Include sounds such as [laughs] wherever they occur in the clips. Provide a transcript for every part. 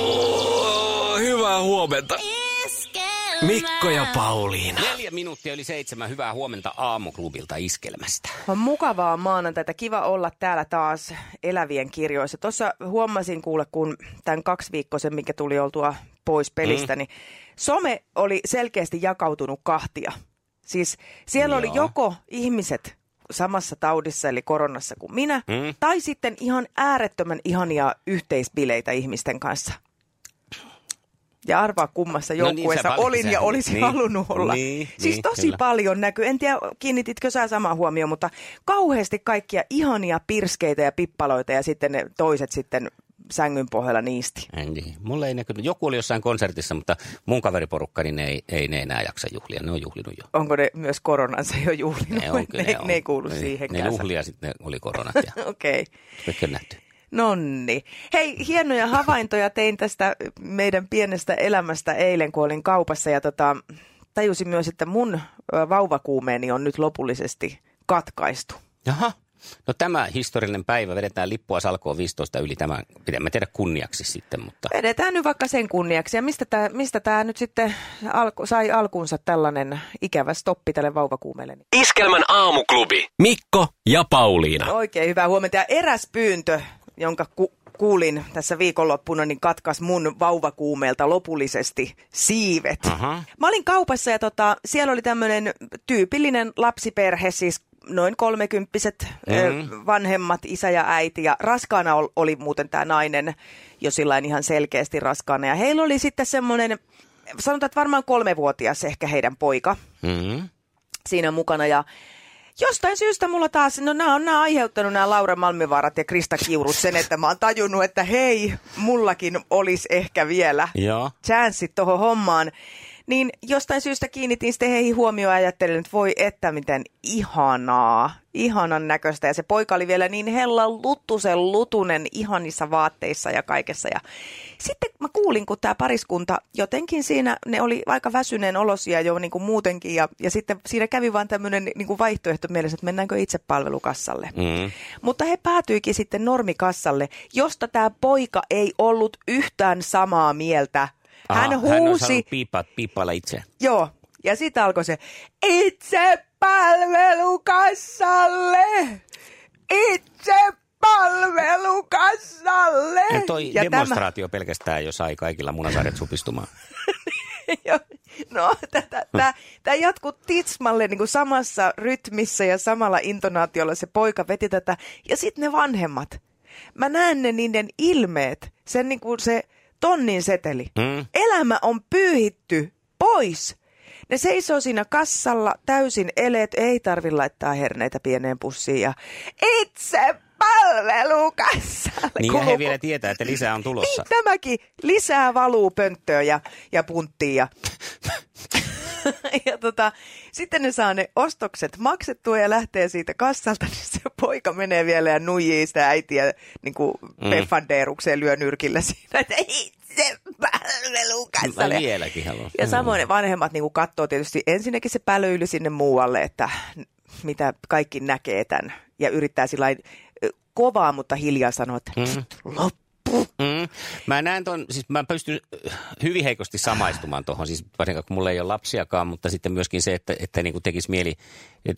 Oh, hyvää huomenta. Mikko ja Pauliina. Neljä minuuttia yli seitsemän. Hyvää huomenta aamuklubilta iskelmästä. On mukavaa maanantaita. Kiva olla täällä taas elävien kirjoissa. Tuossa huomasin kuule, kun tämän kaksi viikkoisen, mikä tuli oltua pois pelistä, mm. niin some oli selkeästi jakautunut kahtia. Siis siellä Joo. oli joko ihmiset samassa taudissa eli koronassa kuin minä, mm. tai sitten ihan äärettömän ihania yhteisbileitä ihmisten kanssa. Ja arvaa kummassa No niin, joukkueessa sä valitsit olin sen. ja olisin Niin. halunnut olla. Niin, siis niin, tosi kyllä. paljon näkyy. En tiedä, kiinnititkö sä samaan huomioon, mutta kauheasti kaikkia ihania pirskeitä ja pippaloita ja sitten ne toiset sitten sängyn pohjalla niisti. En Niin. Mulle ei näkynyt. Joku oli jossain konsertissa, mutta mun kaveriporukka, niin ne ei, ei ne enää jaksa juhlia. Ne on juhlinut jo. Onko ne myös koronansa jo juhlinut? Ne, on, kyllä, No, ne, on. ne ei kuulu Ne- siihenkään. Ne juhlia sitten ne oli koronat ja Okei. Okay. kaikki on nähty. Nonni. Hei, hienoja havaintoja tein tästä meidän pienestä elämästä eilen, kun olin kaupassa. Ja tota, tajusin myös, että mun ö, vauvakuumeeni on nyt lopullisesti katkaistu. Jaha. No tämä historiallinen päivä, vedetään lippua salkoon 15 yli tämän, pidämme tehdä kunniaksi sitten, mutta Vedetään nyt vaikka sen kunniaksi. Ja mistä tämä mistä tää nyt sitten alku, sai alkuunsa tällainen ikävä stoppi tälle vauvakuumeelle? Niin Iskelmän aamuklubi. Mikko ja Pauliina. Oikein hyvää huomenta. Ja eräs pyyntö, jonka ku- kuulin tässä viikonloppuna, niin katkas mun vauvakuumeelta lopullisesti siivet. Aha. Mä olin kaupassa ja tota, siellä oli tämmöinen tyypillinen lapsiperhe, siis noin kolmekymppiset mm-hmm. vanhemmat, isä ja äiti. Ja raskaana ol- oli muuten tämä nainen jo sillain ihan selkeästi raskaana. Ja heillä oli sitten semmoinen, sanotaan, että varmaan kolmevuotias ehkä heidän poika mm-hmm. siinä mukana. Ja jostain syystä mulla taas, no nämä on nämä aiheuttanut nämä Laura Malmivaarat ja Krista Kiurut sen, että mä oon tajunnut, että hei, mullakin olisi ehkä vielä Joo. chanssit tuohon hommaan. Niin jostain syystä kiinnitin sitten heihin huomioon ja ajattelin, että voi että miten ihanaa, ihanan näköistä. Ja se poika oli vielä niin hella luttusen lutunen ihanissa vaatteissa ja kaikessa. Ja sitten mä kuulin, kun tämä pariskunta jotenkin siinä, ne oli aika väsyneen olosia jo niin kuin muutenkin. Ja, ja sitten siinä kävi vaan tämmöinen niin kuin vaihtoehto mielessä, että mennäänkö itse palvelukassalle. Mm. Mutta he päätyikin sitten normikassalle, josta tämä poika ei ollut yhtään samaa mieltä. Hän Hän on huusi, saanut piipa, piippailla itse. joo, ja sitten alkoi se, itse palvelukassalle, itse palvelukassalle. Ja toi ja demonstraatio tämä... pelkästään jo sai kaikilla munasarjat [laughs] supistumaan. Joo. No, tämä jatkuu titsmalle niin kuin samassa rytmissä ja samalla intonaatiolla se poika veti tätä. Ja sitten ne vanhemmat. Mä näen ne niiden ilmeet. Sen niin kuin se tonnin seteli. Mm. Elämä on pyyhitty pois. Ne seisoo siinä kassalla täysin eleet, ei tarvi laittaa herneitä pieneen pussiin ja itse palvelukassalle. Niin ja he Kuuluu- vielä tietää, että lisää on tulossa. niin, tämäkin lisää valuu pönttöön ja, ja punttiin. Ja, [laughs] ja tota, sitten ne saa ne ostokset maksettua ja lähtee siitä kassalta, niin se poika menee vielä ja nuijii sitä äitiä niin kuin mm. peffandeerukseen lyö nyrkillä siinä, että itse palvelukassalle. Mä Niin, vieläkin haluan. Ja samoin ne vanhemmat niin katsoo tietysti ensinnäkin se pälöily sinne muualle, että mitä kaikki näkee tämän. Ja yrittää sillä lailla, ö, kovaa, mutta hiljaa sanoa, että mm. loppu. Mm. Mä näen ton, siis mä pystyn hyvin heikosti samaistumaan tuohon, siis varsinkaan kun mulla ei ole lapsiakaan, mutta sitten myöskin se, että, että niin kuin tekisi mieli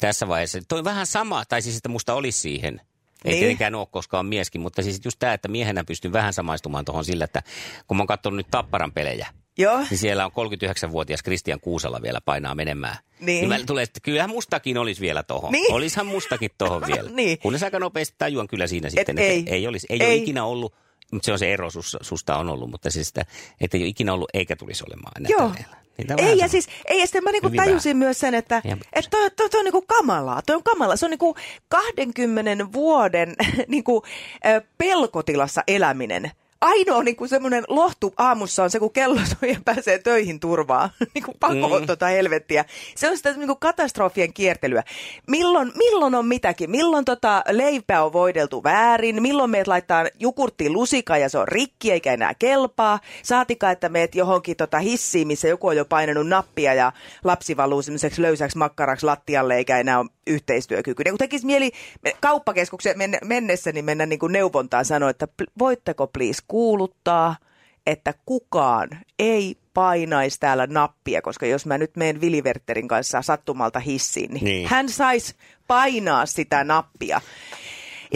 tässä vaiheessa. Toi on vähän sama, tai siis että musta olisi siihen. Ei Niin. niin. tietenkään ole, koska on mieskin, mutta siis just tämä, että miehenä pystyn vähän samaistumaan tuohon sillä, että kun mä oon katsonut nyt Tapparan pelejä, Joo. niin siellä on 39-vuotias Kristian Kuusala vielä painaa menemään. Niin. niin mä tulee, että kyllähän mustakin olisi vielä tohon. Niin. Olishan mustakin [laughs] tohon vielä. Niin. Kunnes aika nopeasti tajuan kyllä siinä sitten, että ei. ei, ei olisi. Ei, ei ole Ei. ikinä ollut, mutta se on se ero sus, susta on ollut, mutta siis sitä, että ei ole ikinä ollut eikä tulisi olemaan enää Joo. tällä ajalla. Niin tämä on ei, vähän ja sama. siis, ei, ja sitten mä niinku Hyvin tajusin myös sen, että Ja- et toi, toi, toi on niinku kamalaa. Toi on kamalaa. Se on niinku 20 vuoden [laughs] niinku, ö, pelkotilassa eläminen. Ainoa niinku semmoinen lohtu aamussa on se, kun kello [laughs] soi ja pääsee töihin turvaan. [laughs] niinku pakoon mm. tota helvettiä. Se on sitä niinku katastrofien kiertelyä. Milloin, milloin on mitäkin? Milloin tota leipää on voideltu väärin? Milloin meidät laittaa jukurttiin lusikaan ja se on rikki eikä enää kelpaa? Saatika, että meet johonkin tota hissiin, missä joku on jo painanut nappia ja lapsi valuu semmoiseksi löysäksi makkaraksi lattialle eikä enää ole yhteistyökykyinen. Kun tekisi mieli me- niinku kauppakeskukseen men- mennessä, niin mennä niin kuin neuvontaan sanoa, että pl- voitteko please kuuluttaa? että kukaan ei painaisi täällä nappia, koska jos mä nyt menen Viliverterin kanssa sattumalta hissiin, niin, Niin. niin. hän saisi painaa sitä nappia. Ja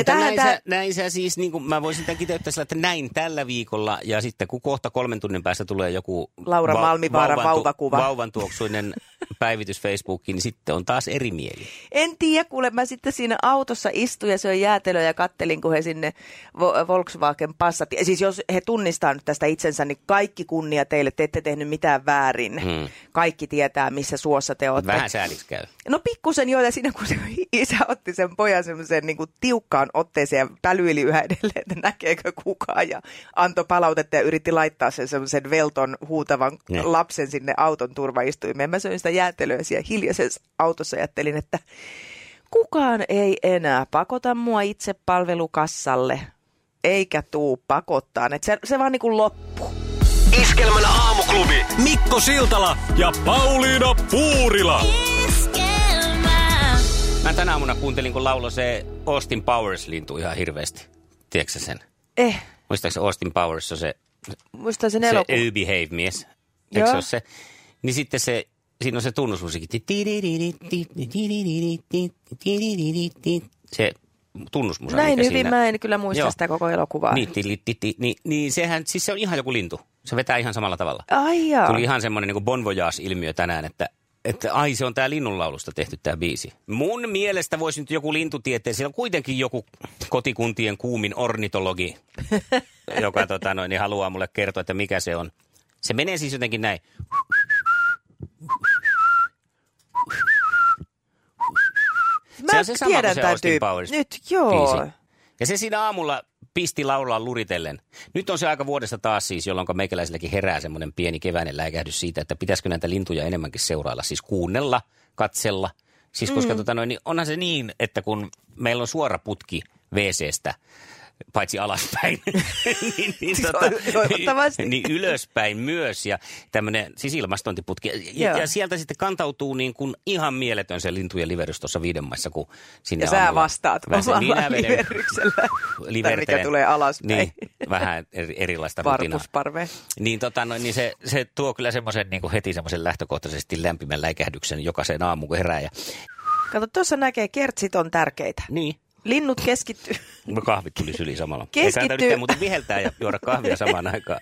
Mutta tähän näin, sä, näin sä siis, niin kuin mä voisin tämän kiteyttää sillä, että näin tällä viikolla ja sitten kun kohta kolmen tunnin päästä tulee joku Laura Malmivaaran vauvan tu- vauvakuva. vauvan tuoksuinen [laughs] päivitys Facebookiin, niin sitten on taas eri mieli. En tiedä, kuule, mä sitten siinä autossa istuin ja söin jäätelöä ja kattelin, kun he sinne Vo- Volkswagen passatti. Siis jos he tunnistaa nyt tästä itsensä, niin kaikki kunnia teille, te ette tehnyt mitään väärin. Mm. Mm. Kaikki tietää, missä suossa te olette. Vähän sääliksi käy. No pikkusen joo, ja siinä kun se isä otti sen pojan semmoiseen niin tiukkaan otteeseen ja pälyili yhä edelleen, että näkeekö kukaan, ja antoi palautetta ja yritti laittaa sen semmoisen velton huutavan Niin. lapsen sinne auton turvaistuimeen. Mä söin sitä jäätelöä siellä hiljaisessa autossa ja ajattelin, että kukaan ei enää pakota mua itse palvelukassalle, eikä tuu pakottaa. Et se, se vaan niin kuin loppuu. Iskelmän aamuklubi. Mikko Siltala ja Pauliina Puurila. Mä tänä aamuna kuuntelin, kun laulo se Austin Powers-lintu ihan hirveästi. Tiedätkö sä sen? Eh, Muistaakseni Austin Powers on se, muistan sen se elokuvan. You Behave-mies. Eikö se Joo. ole se? Niin sitten se, siinä on se tunnusmusiikki. Se tunnusmusa. Näin mikä hyvin siinä- mä en kyllä muista Joo. sitä koko elokuvaa. Niin, tili, titi, niin, niin sehän, siis se on ihan joku lintu. Se vetää ihan samalla tavalla. Ai jaa. Tuli ihan semmoinen niin bon voyage-ilmiö tänään, että, että ai se on tää linnunlaulusta tehty tämä biisi. Mun mielestä voisi nyt joku lintutieteen, siellä on kuitenkin joku kotikuntien kuumin ornitologi, [laughs] joka tota, noin, niin haluaa mulle kertoa, että mikä se on. Se menee siis jotenkin näin. Mä se on se sama tiedän kuin se tän Austin tyyppi. Powers Nyt, joo. biisi. Ja se siinä aamulla pisti laulaa luritellen. Nyt on se aika vuodesta taas siis, jolloin meikäläisilläkin herää semmoinen pieni keväinen lääkähdys siitä, että pitäisikö näitä lintuja enemmänkin seurailla, siis kuunnella, katsella. Siis koska mm. tota noin, niin onhan se niin, että kun meillä on suora putki WCstä, paitsi alaspäin, [laughs] niin, niin, Toivottavasti. niin ylöspäin myös ja tämmöinen siis ilmastointiputki. Ja, Joo. ja sieltä sitten kantautuu niin kuin ihan mieletön se lintujen liverys tuossa viiden maissa, kun sinne Ja sä aamulla vastaat väsä- omalla Minä vedän liveryksellä, tai [laughs] mikä livertelen. tulee alaspäin. Niin, vähän eri, erilaista rutinaa. Varpusparve. Niin, tota, no, niin se, se tuo kyllä semmoisen niin heti semmoisen lähtökohtaisesti lämpimän läikähdyksen jokaiseen aamuun, kun herää. Ja... Kato, tuossa näkee, kertsit on tärkeitä. Niin. Linnut keskittyy. No kahvit tuli syliin samalla. Keskittyy. Ei kannata yrittää muuten viheltää ja juoda kahvia samaan [laughs] aikaan.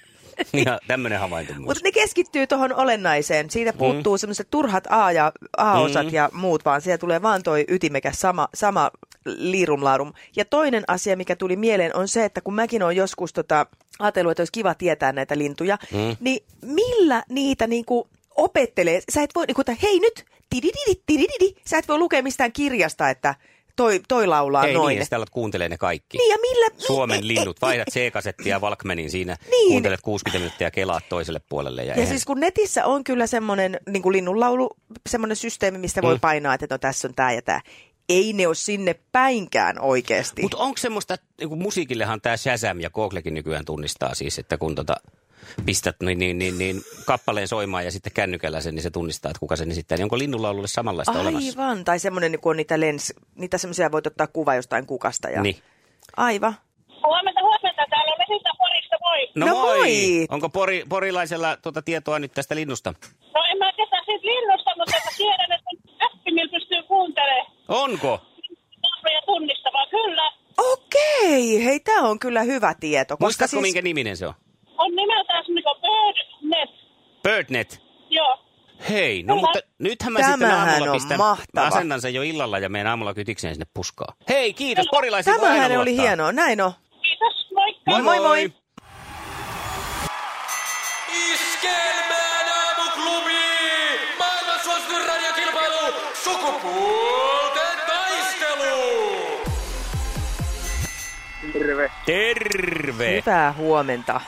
Ihan tämmöinen havainto myös. Mutta ne keskittyy tuohon olennaiseen. Siitä puuttuu semmoiset turhat A- ja A-osat Mm. ja muut, vaan siellä tulee vaan toi ytimekäs sama, sama liirumlaarum. Ja toinen asia, mikä tuli mieleen, on se, että kun mäkin olen joskus tota, ajatellut, että olisi kiva tietää näitä lintuja, Mm. niin millä niitä niinku opettelee? Sä et voi, niinku, että hei nyt, tidididi, tidididi. Sä et voi lukea mistään kirjasta, että toi, toi laulaa Ei noin. niin, että alat kuuntelee ne kaikki. Niin, ja millä... e- Suomen linnut, vai? vaihdat C-kasettia Valkmenin siinä, Niin. kuuntelet 60 minuuttia ja kelaat toiselle puolelle. Ja, Ja eihän- siis kun netissä on kyllä semmoinen niin kuin linnunlaulu, semmoinen systeemi, mistä Mm. voi painaa, että no tässä on tämä ja tämä. Ei ne ole sinne päinkään oikeasti. Mutta onko semmoista, kun musiikillehan tämä Shazam ja Googlekin nykyään tunnistaa siis, että kun tota pistät niin, niin, niin, niin kappaleen soimaan ja sitten kännykällä sen, niin se tunnistaa, että kuka sen esittää. Niin onko linnunlaululle samanlaista olemassa? Aivan, tai semmoinen, niin kun on niitä lens, niitä semmoisia voit ottaa kuva jostain kukasta. Ja... Niin. Aivan. Huomenta, huomenta. Täällä on Vesistä Porista, moi. No, No moi! moi! Onko pori, porilaisella tuota tietoa nyt tästä linnusta? No en mä oikeastaan siitä linnusta, mutta mä tiedän, että on appi, millä pystyy kuuntelemaan Onko? ja tunnistamaan. Kyllä, Okei, hei tämä on kyllä hyvä tieto. Koska Muistatko siis, minkä niminen se on? on nimeltään semmoinen kuin BirdNet. Birdnet. Joo. Hei, no Kyllä. mutta nythän mä sitten Tämähän aamulla on pistän, mahtava. mä asennan sen jo illalla ja menen aamulla kytikseen sinne puskaa. Hei, kiitos porilaisille. kun Tämähän aina oli luottaa. hienoa, näin on. Kiitos, moikka. Moi moi! Moi, moi. moi. Iskelmään aamuklubi! Maailman suosituin radiokilpailu! Sukupuolten taistelu! Terve! Hyvää huomenta.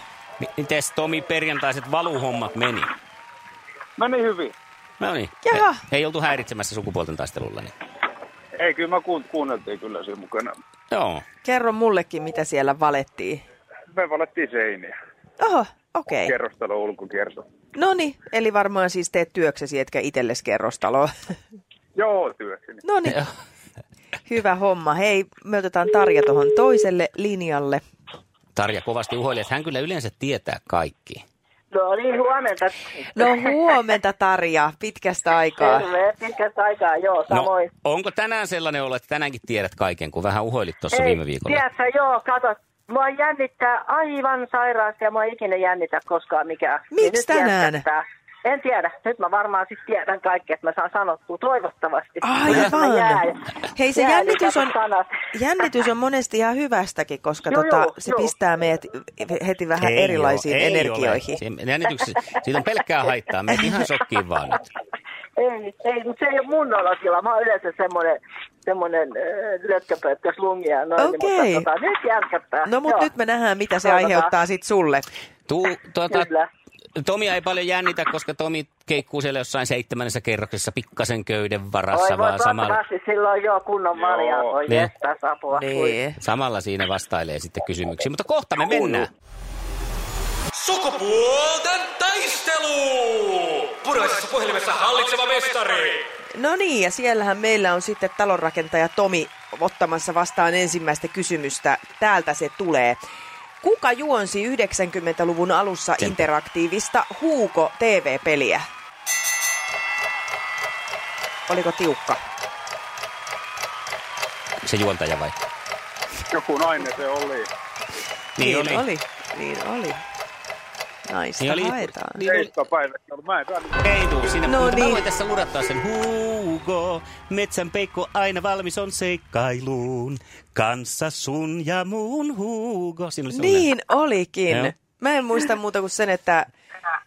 Mites Tomi perjantaiset valuhommat meni? Meni hyvin. No niin. Jaha. Ei, ei oltu häiritsemässä sukupuolten taistelulla. Niin. Ei, kyllä mä kuun, kuunneltiin kyllä siinä mukana. Joo. Kerro mullekin, mitä siellä valettiin. Me valettiin seiniä. Oho, okei. Okay. Kerrostalo ulkokierto. No niin, eli varmaan siis teet työksesi, etkä itsellesi kerrostaloa. Joo, työksi. No niin. Hyvä homma. Hei, me otetaan Tarja tuohon toiselle linjalle. Tarja kovasti uhoili, että hän kyllä yleensä tietää kaikki. No niin, huomenta. No huomenta Tarja, pitkästä aikaa. Terve, pitkästä aikaa, joo, samoin. No, onko tänään sellainen olo, että tänäänkin tiedät kaiken, kun vähän uhoilit tuossa viime viikolla? Tiedätkö, joo, kato. Mua jännittää aivan sairaasti ja mua ei ikinä jännitä koskaan mikään. Miksi Niin nyt tänään? jännittää. En tiedä. Nyt mä varmaan sitten tiedän kaikki, että mä saan sanottua toivottavasti. Ah. Nyt mä jään. Aivan. Hei, se Jään, niin jännitys on, kato sanat. jännitys on monesti ihan hyvästäkin, koska Joo, tota, joo, se joo. pistää meidät heti vähän Ei erilaisiin ole, ei energioihin. Ole. Se- Jännityksessä, siitä on pelkkää haittaa. Me ihan sokkiin vaan nyt. Ei, ei, mutta se ei ole mun olotila. Mä oon yleensä semmoinen, semmoinen äh, lötköpötkö slungia. Noin, niin, Okei. Mutta tota, nyt jänkättää. No mutta Joo. nyt me nähdään, mitä se Joo, aiheuttaa sit sulle. Tuu, tuota, Kyllä. Tomia ei paljon jännitä, koska Tomi keikkuu siellä jossain seitsemännessä kerroksessa pikkasen köyden varassa, Oi, vaan voi, samalla, toivottavasti silloin joo kunnon Joo. marjaa. Voi Niin. jestas apua. Niin. samalla siinä vastailee sitten kysymyksiin. Mutta kohta me mennään. Sukupuolten taistelu! Punaisessa puhelimessa hallitseva mestari. No niin, ja siellähän meillä on sitten talonrakentaja Tomi ottamassa vastaan ensimmäistä kysymystä. Täältä se tulee. Kuka juonsi 90-luvun alussa Sen- interaktiivista Huuko TV-peliä? Oliko tiukka? Se juontaja vai? Niin Joku nainen se oli. oli. Niin oli. Naista Niin oli. haetaan. Niin oli. Seitsemän päivä. Mä en saanut. Ei tuu sinne, No no mutta niin. niin. mä voin tässä lurattaa sen. Hugo, metsän peikko aina valmis on seikkailuun. Kanssa sun ja muun Hugo. Siinä oli sellainen. Niin olikin. Joo. Mä en muista muuta kuin sen, että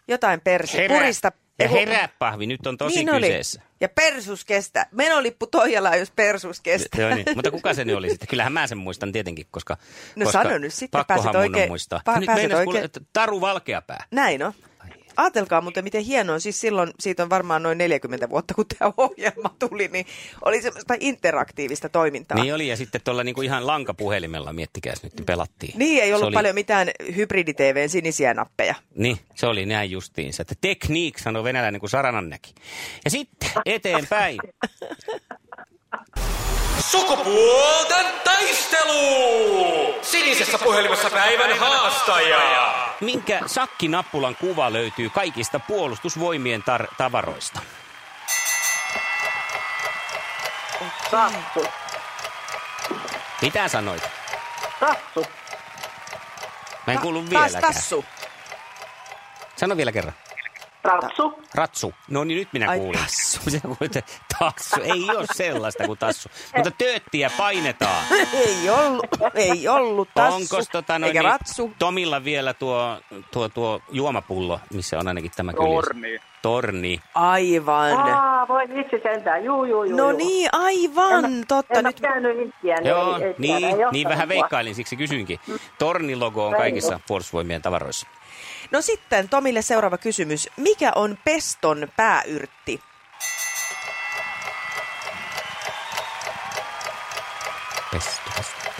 jotain persi. Purista. Ja Ei, kun- herää pahvi, nyt on tosi Niin oli. kyseessä. Ja persus kestää. Menolippu Toijala, jos persus kestää. Joo, niin. Mutta kuka se nyt oli sitten? Kyllähän mä sen muistan tietenkin, koska... No koska sano nyt sitten, pakkohan pääset mun on oikein- muistaa. pa- nyt pääset meinas kuule, oikein- että Taru Valkeapää. [laughs] Näin on. Aatelkaa muuten, miten hienoa. Siis silloin, siitä on varmaan noin 40 vuotta, kun tämä ohjelma tuli, niin oli semmoista interaktiivista toimintaa. Niin oli, ja sitten tuolla niinku ihan lankapuhelimella, miettikääs nyt, niin pelattiin. Niin, ei Se ollut oli, paljon mitään hybridi-TVn sinisiä nappeja. Niin, se oli näin justiinsa. Että tekniik sanoi venäläinen kuin Saranan näki. Ja sitten eteenpäin. Sukupuolten taistelu! Sinisessä puhelimessa päivän haastaja. Minkä sakkinappulan kuva löytyy kaikista puolustusvoimien tar- tavaroista? Sattu. Mitä sanoit? Sattu. Mä en kuullut Taas vieläkään. tassu. Sano vielä kerran. Ratsu. Ratsu. No niin, nyt minä Ai, kuulin. tassu. [laughs] Minä kuulin, että tassu. Ei ole sellaista kuin [laughs] tassu. Mutta tööttiä painetaan. Ei ollut, ei ollut tassu, Onko tota noin, eikä niin, ratsu. Tomilla vielä tuo, tuo, tuo juomapullo, missä on ainakin tämä kyljessä? Torni. Torni. Aivan. Aa, voi vitsi sentään. Juu, juu, juu. No juu. niin, En aivan, mä- totta. En Nyt mä käynyt vinkkiä, niin Joo, ei, ei tiedä, niin, ei Mm. niin johtanut vähän mua. veikkailin, siksi kysyinkin. Tornilogo on kaikissa puolustusvoimien tavaroissa. No sitten Tomille seuraava kysymys. Mikä on peston pääyrtti? Pesto, pesto.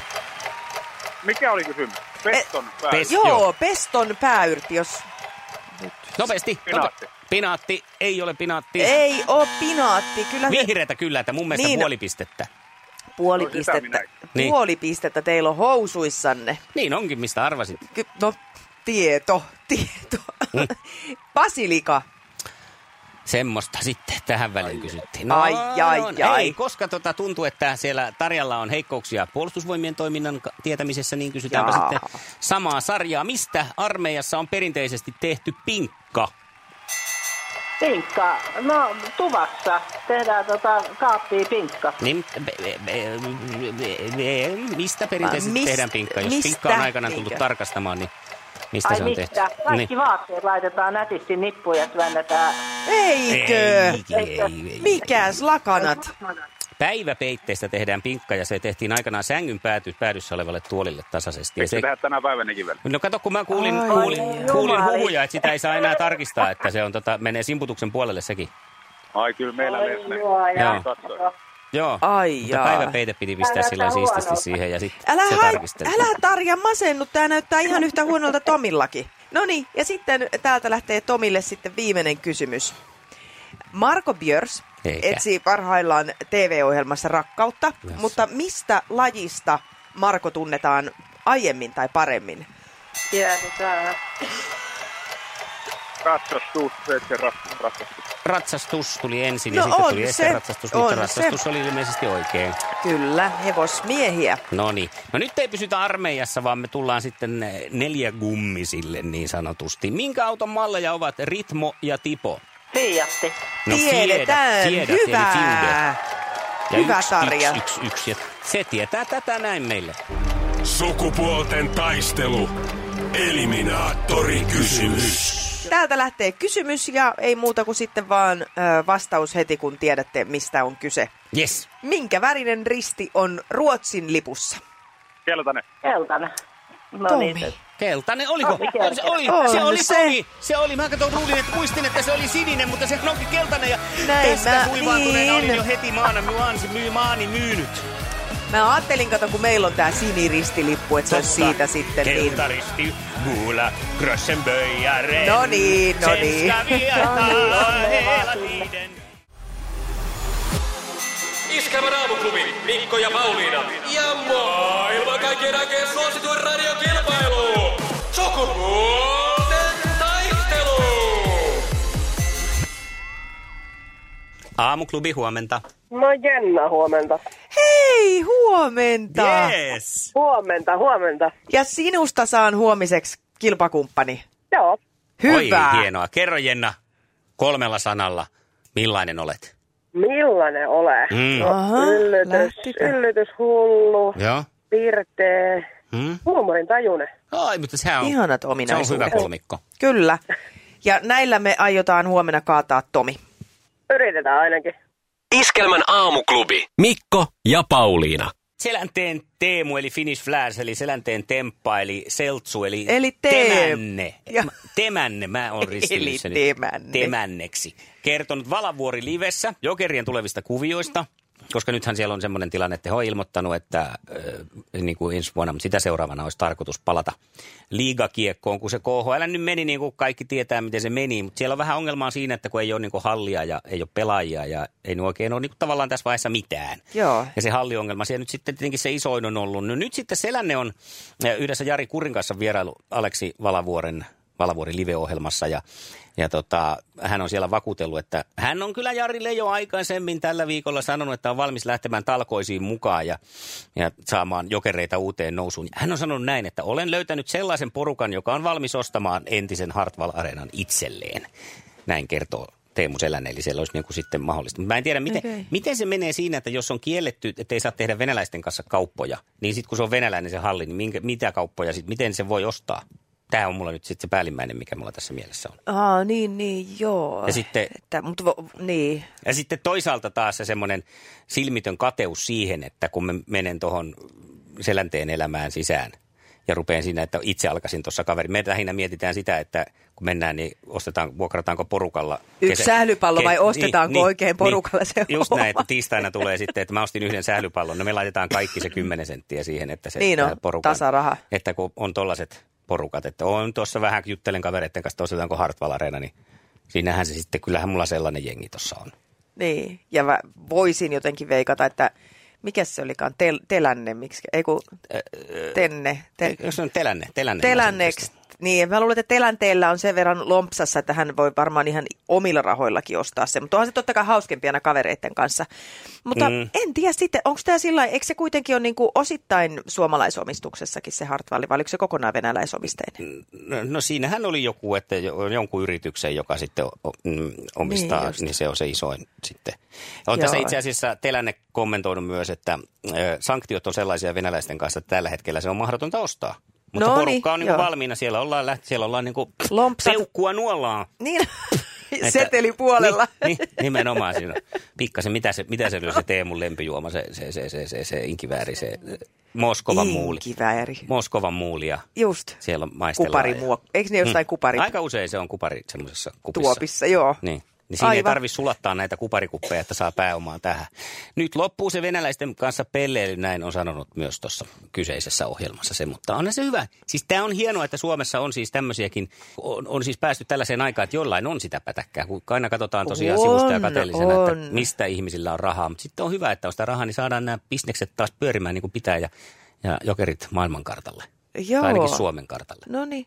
Mikä oli kysymys? Peston päällä. pes- Joo, Joo. peston pääyrtti, jos Nopeasti. Pinaatti. Nope. Pinaatti. Ei ole pinaatti. ei ole pinaatti. Kyllä se Vihreätä kyllä, että mun mielestä Niin. puoli pistettä. puoli, No, sitä pistettä, minäkin. Niin. puoli pistettä teillä on housuissanne. Niin onkin, mistä arvasit. Ky- no, tieto, [laughs] tieto. Mm. Basilika. Semmoista sitten tähän väliin kysyttiin. No, Ai, ai, no, ai. Ei, koska tota, tuntuu, että siellä Tarjalla on heikkouksia puolustusvoimien toiminnan ka- tietämisessä, niin kysytäänpä Jaa. sitten samaa sarjaa. Mistä armeijassa on perinteisesti tehty pinkka? Pinkka. No, tuvassa tehdään tota kaappia pinkka. Niin, be- be- be- be- be- mistä perinteisesti Mist- tehdään pinkka? Jos mistä pinkka on aikanaan tullut niinkö? tarkastamaan, niin mistä Ai se on mistä? tehty? Niin. Kaikki Niin. vaatteet laitetaan nätisti nippuun ja työnnetään. Eikö? Ei, ei, ei, ei. Mikäs lakanat? Päiväpeitteestä tehdään pinkka ja se tehtiin aikanaan sängyn pääty, päädyssä olevalle tuolille tasaisesti. Ja Eikö se, se tehdä tänä päivänäkin vielä? no kato, kun mä kuulin, Ai kuulin, jumala. kuulin huhuja, että sitä ei saa enää tarkistaa, että se on tota, menee simputuksen puolelle sekin. Ai kyllä meillä menee. Joo. Katsoin. Joo, Ai mutta jaa. päiväpeite piti pistää Älä sillä sä siististi huonolta. siihen ja sitten Älä, se hai, tarkisteltiin. älä Tarja masennu, tämä näyttää ihan yhtä huonolta Tomillakin. No niin, ja sitten täältä lähtee Tomille sitten viimeinen kysymys. Marko Björs Eikä. etsii parhaillaan TV-ohjelmassa rakkautta, Yes. mutta mistä lajista Marko tunnetaan aiemmin tai paremmin? Tiedetään. Ratsastus, se ratsastus. ratsastus. Ratsastus tuli ensin No ja sitten on tuli se, esteratsastus, mutta on ratsastus se. oli ilmeisesti oikein. Kyllä, hevosmiehiä. No niin. No nyt ei pysytä armeijassa, vaan me tullaan sitten eh, neljägummisille niin sanotusti. Minkä auton malleja ovat Ritmo ja Tipo? Fiatti. No Tiedetään. Fiat, Fiat, Hyvä. Eli Fiat. Ja Hyvä yksi, Tarja. Yksi, yksi, yksi. Ja se tietää tätä näin meille. Sukupuolten taistelu. Eliminaattori kysymys. Täältä lähtee kysymys ja ei muuta kuin sitten vaan ö, vastaus heti, kun tiedätte, mistä on kyse. Yes. Minkä värinen risti on Ruotsin lipussa? Keltainen. Keltainen. No Tommi. niin. Keltainen, oliko? Oli keltainen. se oli, On se oli se. kovi. Se oli. Mä katsoin luulin, että muistin, että se oli sininen, mutta se onkin keltainen. Ja Näin tästä mä- suivaantuneena olin niin. jo heti maana, maani, myy, maani myynyt. Mä ajattelin, kato, kun meillä on tää siniristilippu, että se on siitä sitten niin. Keltaristi, Bula, Grössenböjare. No niin, no niin. no, Iskävän aamuklubi, Mikko ja Pauliina. Ja maailman kaikkien aikeen suosituen radiokilpailu. Sukupuolten taistelu. Aamuklubi, huomenta. No Jenna, huomenta. Hei, huomenta! Yes. Huomenta, huomenta. Ja sinusta saan huomiseksi kilpakumppani. Joo. Hyvä. Oi, hienoa. Kerro Jenna kolmella sanalla, millainen olet? Millainen ole? No, Mm. Aha, yllytys, lähtikö? yllytys, hullu, Joo. pirtee, Hmm? huumorin tajune. Ai, mutta sehän on, Ihanat se on ominaisuudet. hyvä kolmikko. Kyllä. Ja näillä me aiotaan huomenna kaataa Tomi. Yritetään ainakin. Iskelmän aamuklubi. Mikko ja Pauliina. Selänteen Teemu eli Finnish Flash, eli Selänteen Temppa, eli Seltsu, eli, Eli Teem- Temänne. Ja- Mä- Temänne, mä oon ristillyssä Eli nyt. Temänne. Temänneksi. Kertonut Valavuori Livessä jokerien tulevista kuvioista, koska nythän siellä on semmoinen tilanne, että he on ilmoittanut, että äh, niin kuin ensi vuonna, mutta sitä seuraavana olisi tarkoitus palata liigakiekkoon, kun se KHL nyt meni niin kuin kaikki tietää, miten se meni, mutta siellä on vähän ongelmaa siinä, että kun ei ole niin kuin hallia ja ei ole pelaajia ja ei nyt oikein ole niin kuin tavallaan tässä vaiheessa mitään. Joo. Ja se halliongelma. Siellä nyt sitten tietenkin se isoin on ollut. No nyt sitten Selänne on eh, yhdessä Jari Kurin kanssa vierailu Aleksi Valavuoren Valavuori live-ohjelmassa ja, ja tota, hän on siellä vakuutellut, että hän on kyllä Jarille jo aikaisemmin tällä viikolla sanonut, että on valmis lähtemään talkoisiin mukaan ja, ja saamaan jokereita uuteen nousuun. Hän on sanonut näin, että olen löytänyt sellaisen porukan, joka on valmis ostamaan entisen Hartwall-areenan itselleen. Näin kertoo Teemu Selänne, eli siellä olisi niin kuin sitten mahdollista. Mutta mä en tiedä, miten, Okei. Miten se menee siinä, että jos on kielletty, että ei saa tehdä venäläisten kanssa kauppoja, niin sitten kun se on venäläinen se halli, niin minkä, mitä kauppoja sitten, miten se voi ostaa? Tämä on mulla nyt sitten se päällimmäinen, mikä mulla tässä mielessä on. Aa, niin, niin, joo. Ja sitten- Että, mutta, vo- niin. Ja sitten toisaalta taas se semmoinen silmitön kateus siihen, että kun mä menen tuohon selänteen elämään sisään ja rupean siinä, että itse alkaisin tuossa kaveri. Me lähinnä mietitään sitä, että kun mennään, niin ostetaan, vuokrataanko porukalla. niin, Yksi sählypallo vai ostetaanko oikein porukalla se Just oma? näin, että tiistaina tulee sitten, että mä ostin yhden sählypallon. No me laitetaan kaikki se 10 senttiä siihen, että se Niin on, tää porukan, tasaraha. Että kun on tollaset porukat, että on tuossa vähän juttelen kavereiden kanssa, että ostetaanko Hartwall Arena, niin siinähän se sitten, kyllähän mulla sellainen jengi tuossa on. Niin, ja mä voisin jotenkin veikata, että mikä se olikaan, Tel, telänne, miksi, ei kun tenne, te, Eikö no se on telänne? telänne No telänneksi. Niin, mä luulen, että telänteellä on sen verran lompsassa, että hän voi varmaan ihan omilla rahoillakin ostaa sen. Mutta onhan se totta kai hauskempi aina kavereiden kanssa. Mutta Mm. mm. en tiedä sitten, onko tämä sillä lailla- eikö se kuitenkin ole niinku osittain suomalaisomistuksessakin se Hartwall, vai oliko se kokonaan venäläisomisteinen? No, no siinähän oli joku, että jo- jonkun yrityksen, joka sitten o- o- mm, omistaa, Niin niin, just. niin se on se isoin sitten. On Joo. tässä itse asiassa Telänne kommentoinut myös, että ö, sanktiot on sellaisia venäläisten kanssa, että tällä hetkellä se on mahdotonta ostaa. Mutta No porukka on niin, niin, joo. valmiina, siellä ollaan, läht, siellä ollaan niin kuin Lompsat. peukkua nuollaan. Niin, [laughs] Että- seteli puolella. Niin, niin, nimenomaan siinä. on. Pikkasen, mitä se, mitä se oli se Teemun lempijuoma, se, se, se, se, se, se inkivääri, se ö, Moskovan muuli. Inkivääri. Moskovan muulia. Niin, Just. Siellä maistellaan. Kupari ja- muok- Eikö ne jostain kupari Hmm. Aika usein se on kupari semmoisessa kupissa. tuopissa, joo. Niin. Niin siinä ei Aivan. tarvitse sulattaa näitä kuparikuppeja, että saa pääomaa tähän. Nyt loppuu se venäläisten kanssa pelleily, näin on sanonut myös tuossa kyseisessä ohjelmassa se, mutta onhan se hyvä. Siis tämä on hienoa, että Suomessa on siis tämmöisiäkin, on, on siis päästy tällaiseen aikaan, että jollain on sitä pätäkkää. Kun aina katsotaan tosiaan On, sivusta ja kateellisena, että on. mistä ihmisillä on rahaa. Mutta sitten on hyvä, että on sitä rahaa, niin saadaan nämä bisnekset taas pyörimään niin kuin pitää ja, ja jokerit maailmankartalle. Tai Joo. ainakin Suomen kartalle. No niin.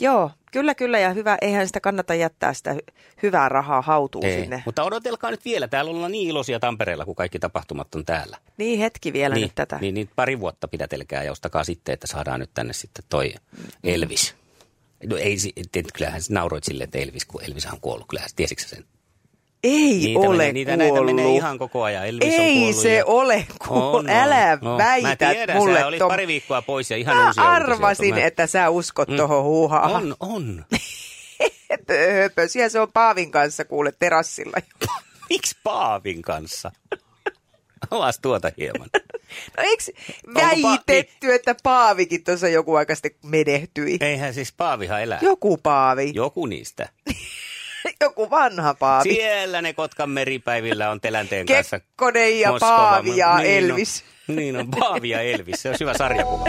Joo, kyllä kyllä ja hyvä, eihän sitä kannata jättää sitä hy- hyvää rahaa hautuu Ei. sinne. Mutta odotelkaa nyt vielä. Täällä ollaan niin iloisia Tampereella, kun kaikki tapahtumat on täällä. Niin hetki vielä niin, nyt tätä. Niin, niin pari vuotta pidätelkää ja ostakaa sitten, että saadaan nyt tänne sitten toi Elvis. No ei, si- et, kyllähän sä nauroit silleen, että Elvis, kun Elvis on kuollut. Kyllähän sä- tiesitkö sä sen? Ei Niitä ole menee, niitä näitä kuollut. menee ihan koko ajan. Elvis on Ei kuollut se ja... ole kuollut. Älä väitä Mä tiedän, mulle. sä olit tom- pari viikkoa pois ja ihan Mä uusia uutisia arvasin, tuli. Mä- että sä uskot mm. tuohon huuhaan. [laughs] On, on. Höpö, höpö. Siellä se on Paavin kanssa kuule terassilla. [laughs] Miksi Paavin kanssa? Alas tuota [laughs] hieman. No eikö Pa- niin- väitetty, että Paavikin tuossa joku aika sitten menehtyi? Eihän siis Paavihan elää. Joku Paavi. Joku [laughs] niistä. Joku vanha Paavi. Siellä ne Kotkan meripäivillä on Telänteen kanssa. Kekkonen ja Moskova- Paavi ja Niin on. Elvis. Niin on, Paavi ja Elvis. Se on hyvä sarjakuva.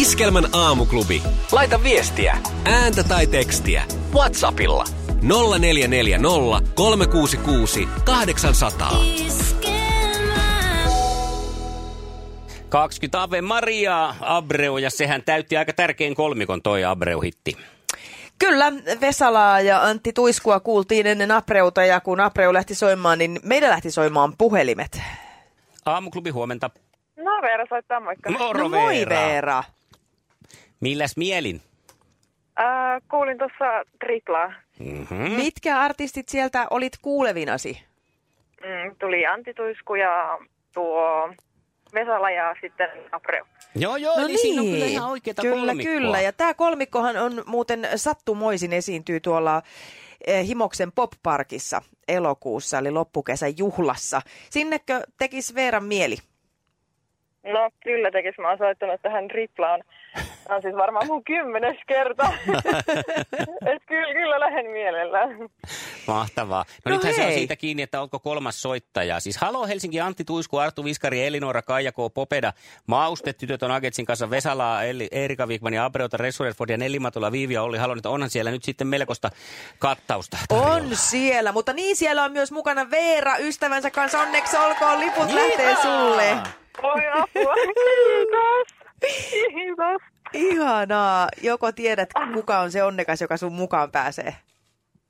Iskelmän aamuklubi. Laita viestiä, ääntä tai tekstiä. Whatsappilla 0440 366 800. 20 Ave Maria Abreu ja sehän täytti aika tärkeän kolmikon toi Abreu-hitti. Kyllä, Vesalaa ja Antti Tuiskua kuultiin ennen Apreuta ja kun Apreu lähti soimaan, niin meidän lähti soimaan puhelimet. Aamuklubi huomenta. No Veera soittaa, moikka. Moro no moi Veera. Veera. Milläs mielin? Ää, Äh, kuulin tuossa triplaa. Mm-hmm. Mitkä artistit sieltä olit kuulevinasi? Mm, tuli Antti Tuisku ja tuo Vesala ja sitten Apreu. Joo, joo, no eli niin. siinä on kyllä ihan oikeita Kyllä, kolmikkoa. kyllä. Ja tämä kolmikkohan on muuten sattumoisin esiintyy tuolla eh, Himoksen Popparkissa elokuussa, eli loppukesän juhlassa. Sinnekö tekis Veeran mieli? No kyllä tekis, mä oon soittanut tähän triplaan. Tämä on siis varmaan mun kymmenes kerta. Et kyllä, kyllä lähden mielellään. Mahtavaa. No, No nythän se on hei. siitä kiinni, että onko kolmas soittaja. Siis Halo Helsinki, Antti Tuisku, Arttu Viskari, Elinora, Kaija K. Popeda, Mauste, tytöt on Agetsin kanssa, Vesalaa, Eli, Erika Wigman ja Abreuta, Resurerford ja Nelimatola, Viivi ja Olli Halonen. Onhan siellä nyt sitten melkoista kattausta tarjolla. On siellä, mutta niin siellä on myös mukana Veera ystävänsä kanssa. Onneksi olkoon, liput lähtee Jihaa! sulle. Voi apua, kiitos. Kiitos. Ihanaa. Joko tiedät, kuka on se onnekas, joka sun mukaan pääsee?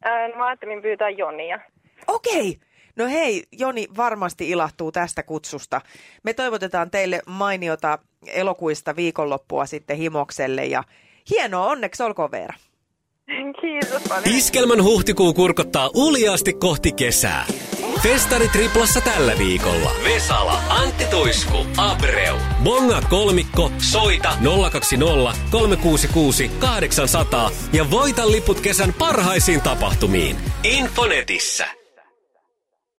Ää, no mä ajattelin pyytää Jonia. Okei. No hei, Joni varmasti ilahtuu tästä kutsusta. Me toivotetaan teille mainiota elokuista viikonloppua sitten himokselle ja hienoa, onneksi olkoon Veera. Kiitos paljon. Iskelmän huhtikuu kurkottaa uljaasti kohti kesää. Festari triplassa tällä viikolla. Vesala, Antti Tuisku, Abreu. Bonga kolmikko, soita 020 366 800 ja voita liput kesän parhaisiin tapahtumiin. Infonetissä.